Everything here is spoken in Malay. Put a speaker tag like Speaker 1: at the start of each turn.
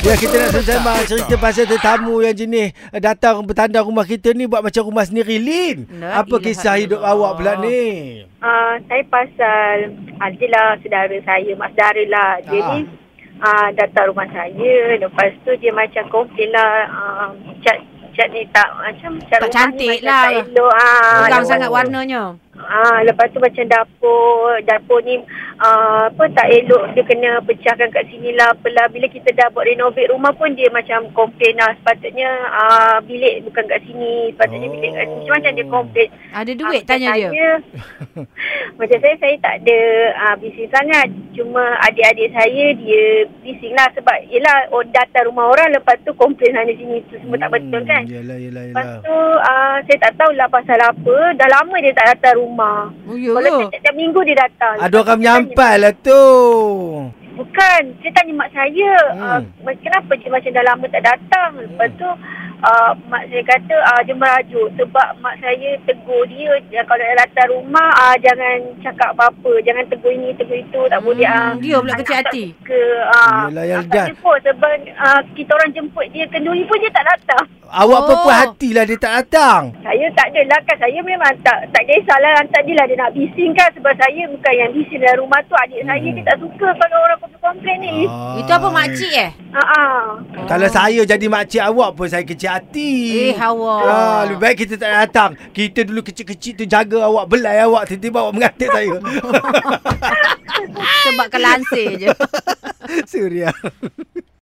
Speaker 1: Ya kita nak sembang cerita pasal tetamu yang jenis eh, datang bertanda rumah kita ni buat macam rumah sendiri Lin.
Speaker 2: La
Speaker 1: Apa
Speaker 2: ilaha
Speaker 1: kisah hidup
Speaker 2: illallah.
Speaker 1: awak pula ni?
Speaker 3: Uh, saya pasal adalah saudara saya, mak saudara lah. Dia
Speaker 1: Ah.
Speaker 3: ni uh, datang rumah saya. Lepas tu dia macam komplain lah. Uh, cat, cat ni tak macam
Speaker 2: Tak
Speaker 3: cat rumah ni
Speaker 2: cantik
Speaker 3: macam
Speaker 2: lah.
Speaker 3: Tak elok. Uh,
Speaker 2: Kurang
Speaker 1: Oh.
Speaker 2: sangat warnanya.
Speaker 3: Ah, lepas tu macam dapur, dapur ni ah, apa tak elok dia kena pecahkan kat sini lah. Apalah bila kita dah buat renovate rumah pun dia macam komplain lah. Sepatutnya ah, bilik bukan kat sini, sepatutnya
Speaker 1: Oh.
Speaker 3: bilik kat sini. Macam dia komplain.
Speaker 2: Ada
Speaker 3: Ah,
Speaker 2: duit
Speaker 3: macam
Speaker 2: tanya dia.
Speaker 3: saya- macam saya, saya tak ada ah, bising sangat. Cuma adik-adik saya dia bising lah sebab yelah oh, datang rumah orang lepas tu komplain sana sini tu semua tak
Speaker 1: Hmm,
Speaker 3: betul kan.
Speaker 1: Yalah yalah
Speaker 3: Lepas
Speaker 1: yalah.
Speaker 3: tu ah, saya tak tahulah pasal apa. Dah lama dia tak datang rumah.
Speaker 2: Oh, ya
Speaker 3: Kalau
Speaker 2: ke?
Speaker 3: tiap, tiap minggu dia datang.
Speaker 1: Ada orang
Speaker 3: Saya tanya-
Speaker 1: menyampai lah tu.
Speaker 3: Bukan. Saya tanya mak saya,
Speaker 1: Hmm.
Speaker 3: hmm. uh, kenapa dia macam dah lama tak datang? Lepas tu, uh, mak saya kata uh, dia merajuk. Sebab mak saya tegur dia, "Ya, kalau nak datang rumah, uh, jangan cakap apa-apa. Jangan tegur ini, tegur itu. Tak
Speaker 2: Hmm,
Speaker 3: boleh. Uh,
Speaker 2: dia pula kecil hati.
Speaker 3: Ke, uh,
Speaker 1: Yelah, yang
Speaker 3: akak
Speaker 1: dah-
Speaker 3: jemput sebab uh, kita orang jemput dia kenduri pun dia tak datang.
Speaker 1: Awak
Speaker 2: Oh.
Speaker 1: oh. puas hatilah dia tak datang.
Speaker 3: Saya tak adalah kan saya memang tak tak kisahlah hantar dia lah dia nak bising kan sebab saya bukan yang bising dalam rumah tu adik saya
Speaker 1: Hmm. Ah.
Speaker 3: dia tak suka kalau orang komplain-komplain ni.
Speaker 2: Itu apa makcik eh?
Speaker 3: Ha ah.
Speaker 1: Kalau saya jadi makcik awak pun saya kecil hati.
Speaker 2: Eh, awak.
Speaker 1: Ah, lebih baik kita tak datang. Kita dulu kecil-kecil tu jaga awak, belai awak, tiba-tiba awak mengatik saya.
Speaker 2: Ah, Sebab kelansir je.
Speaker 1: Suria.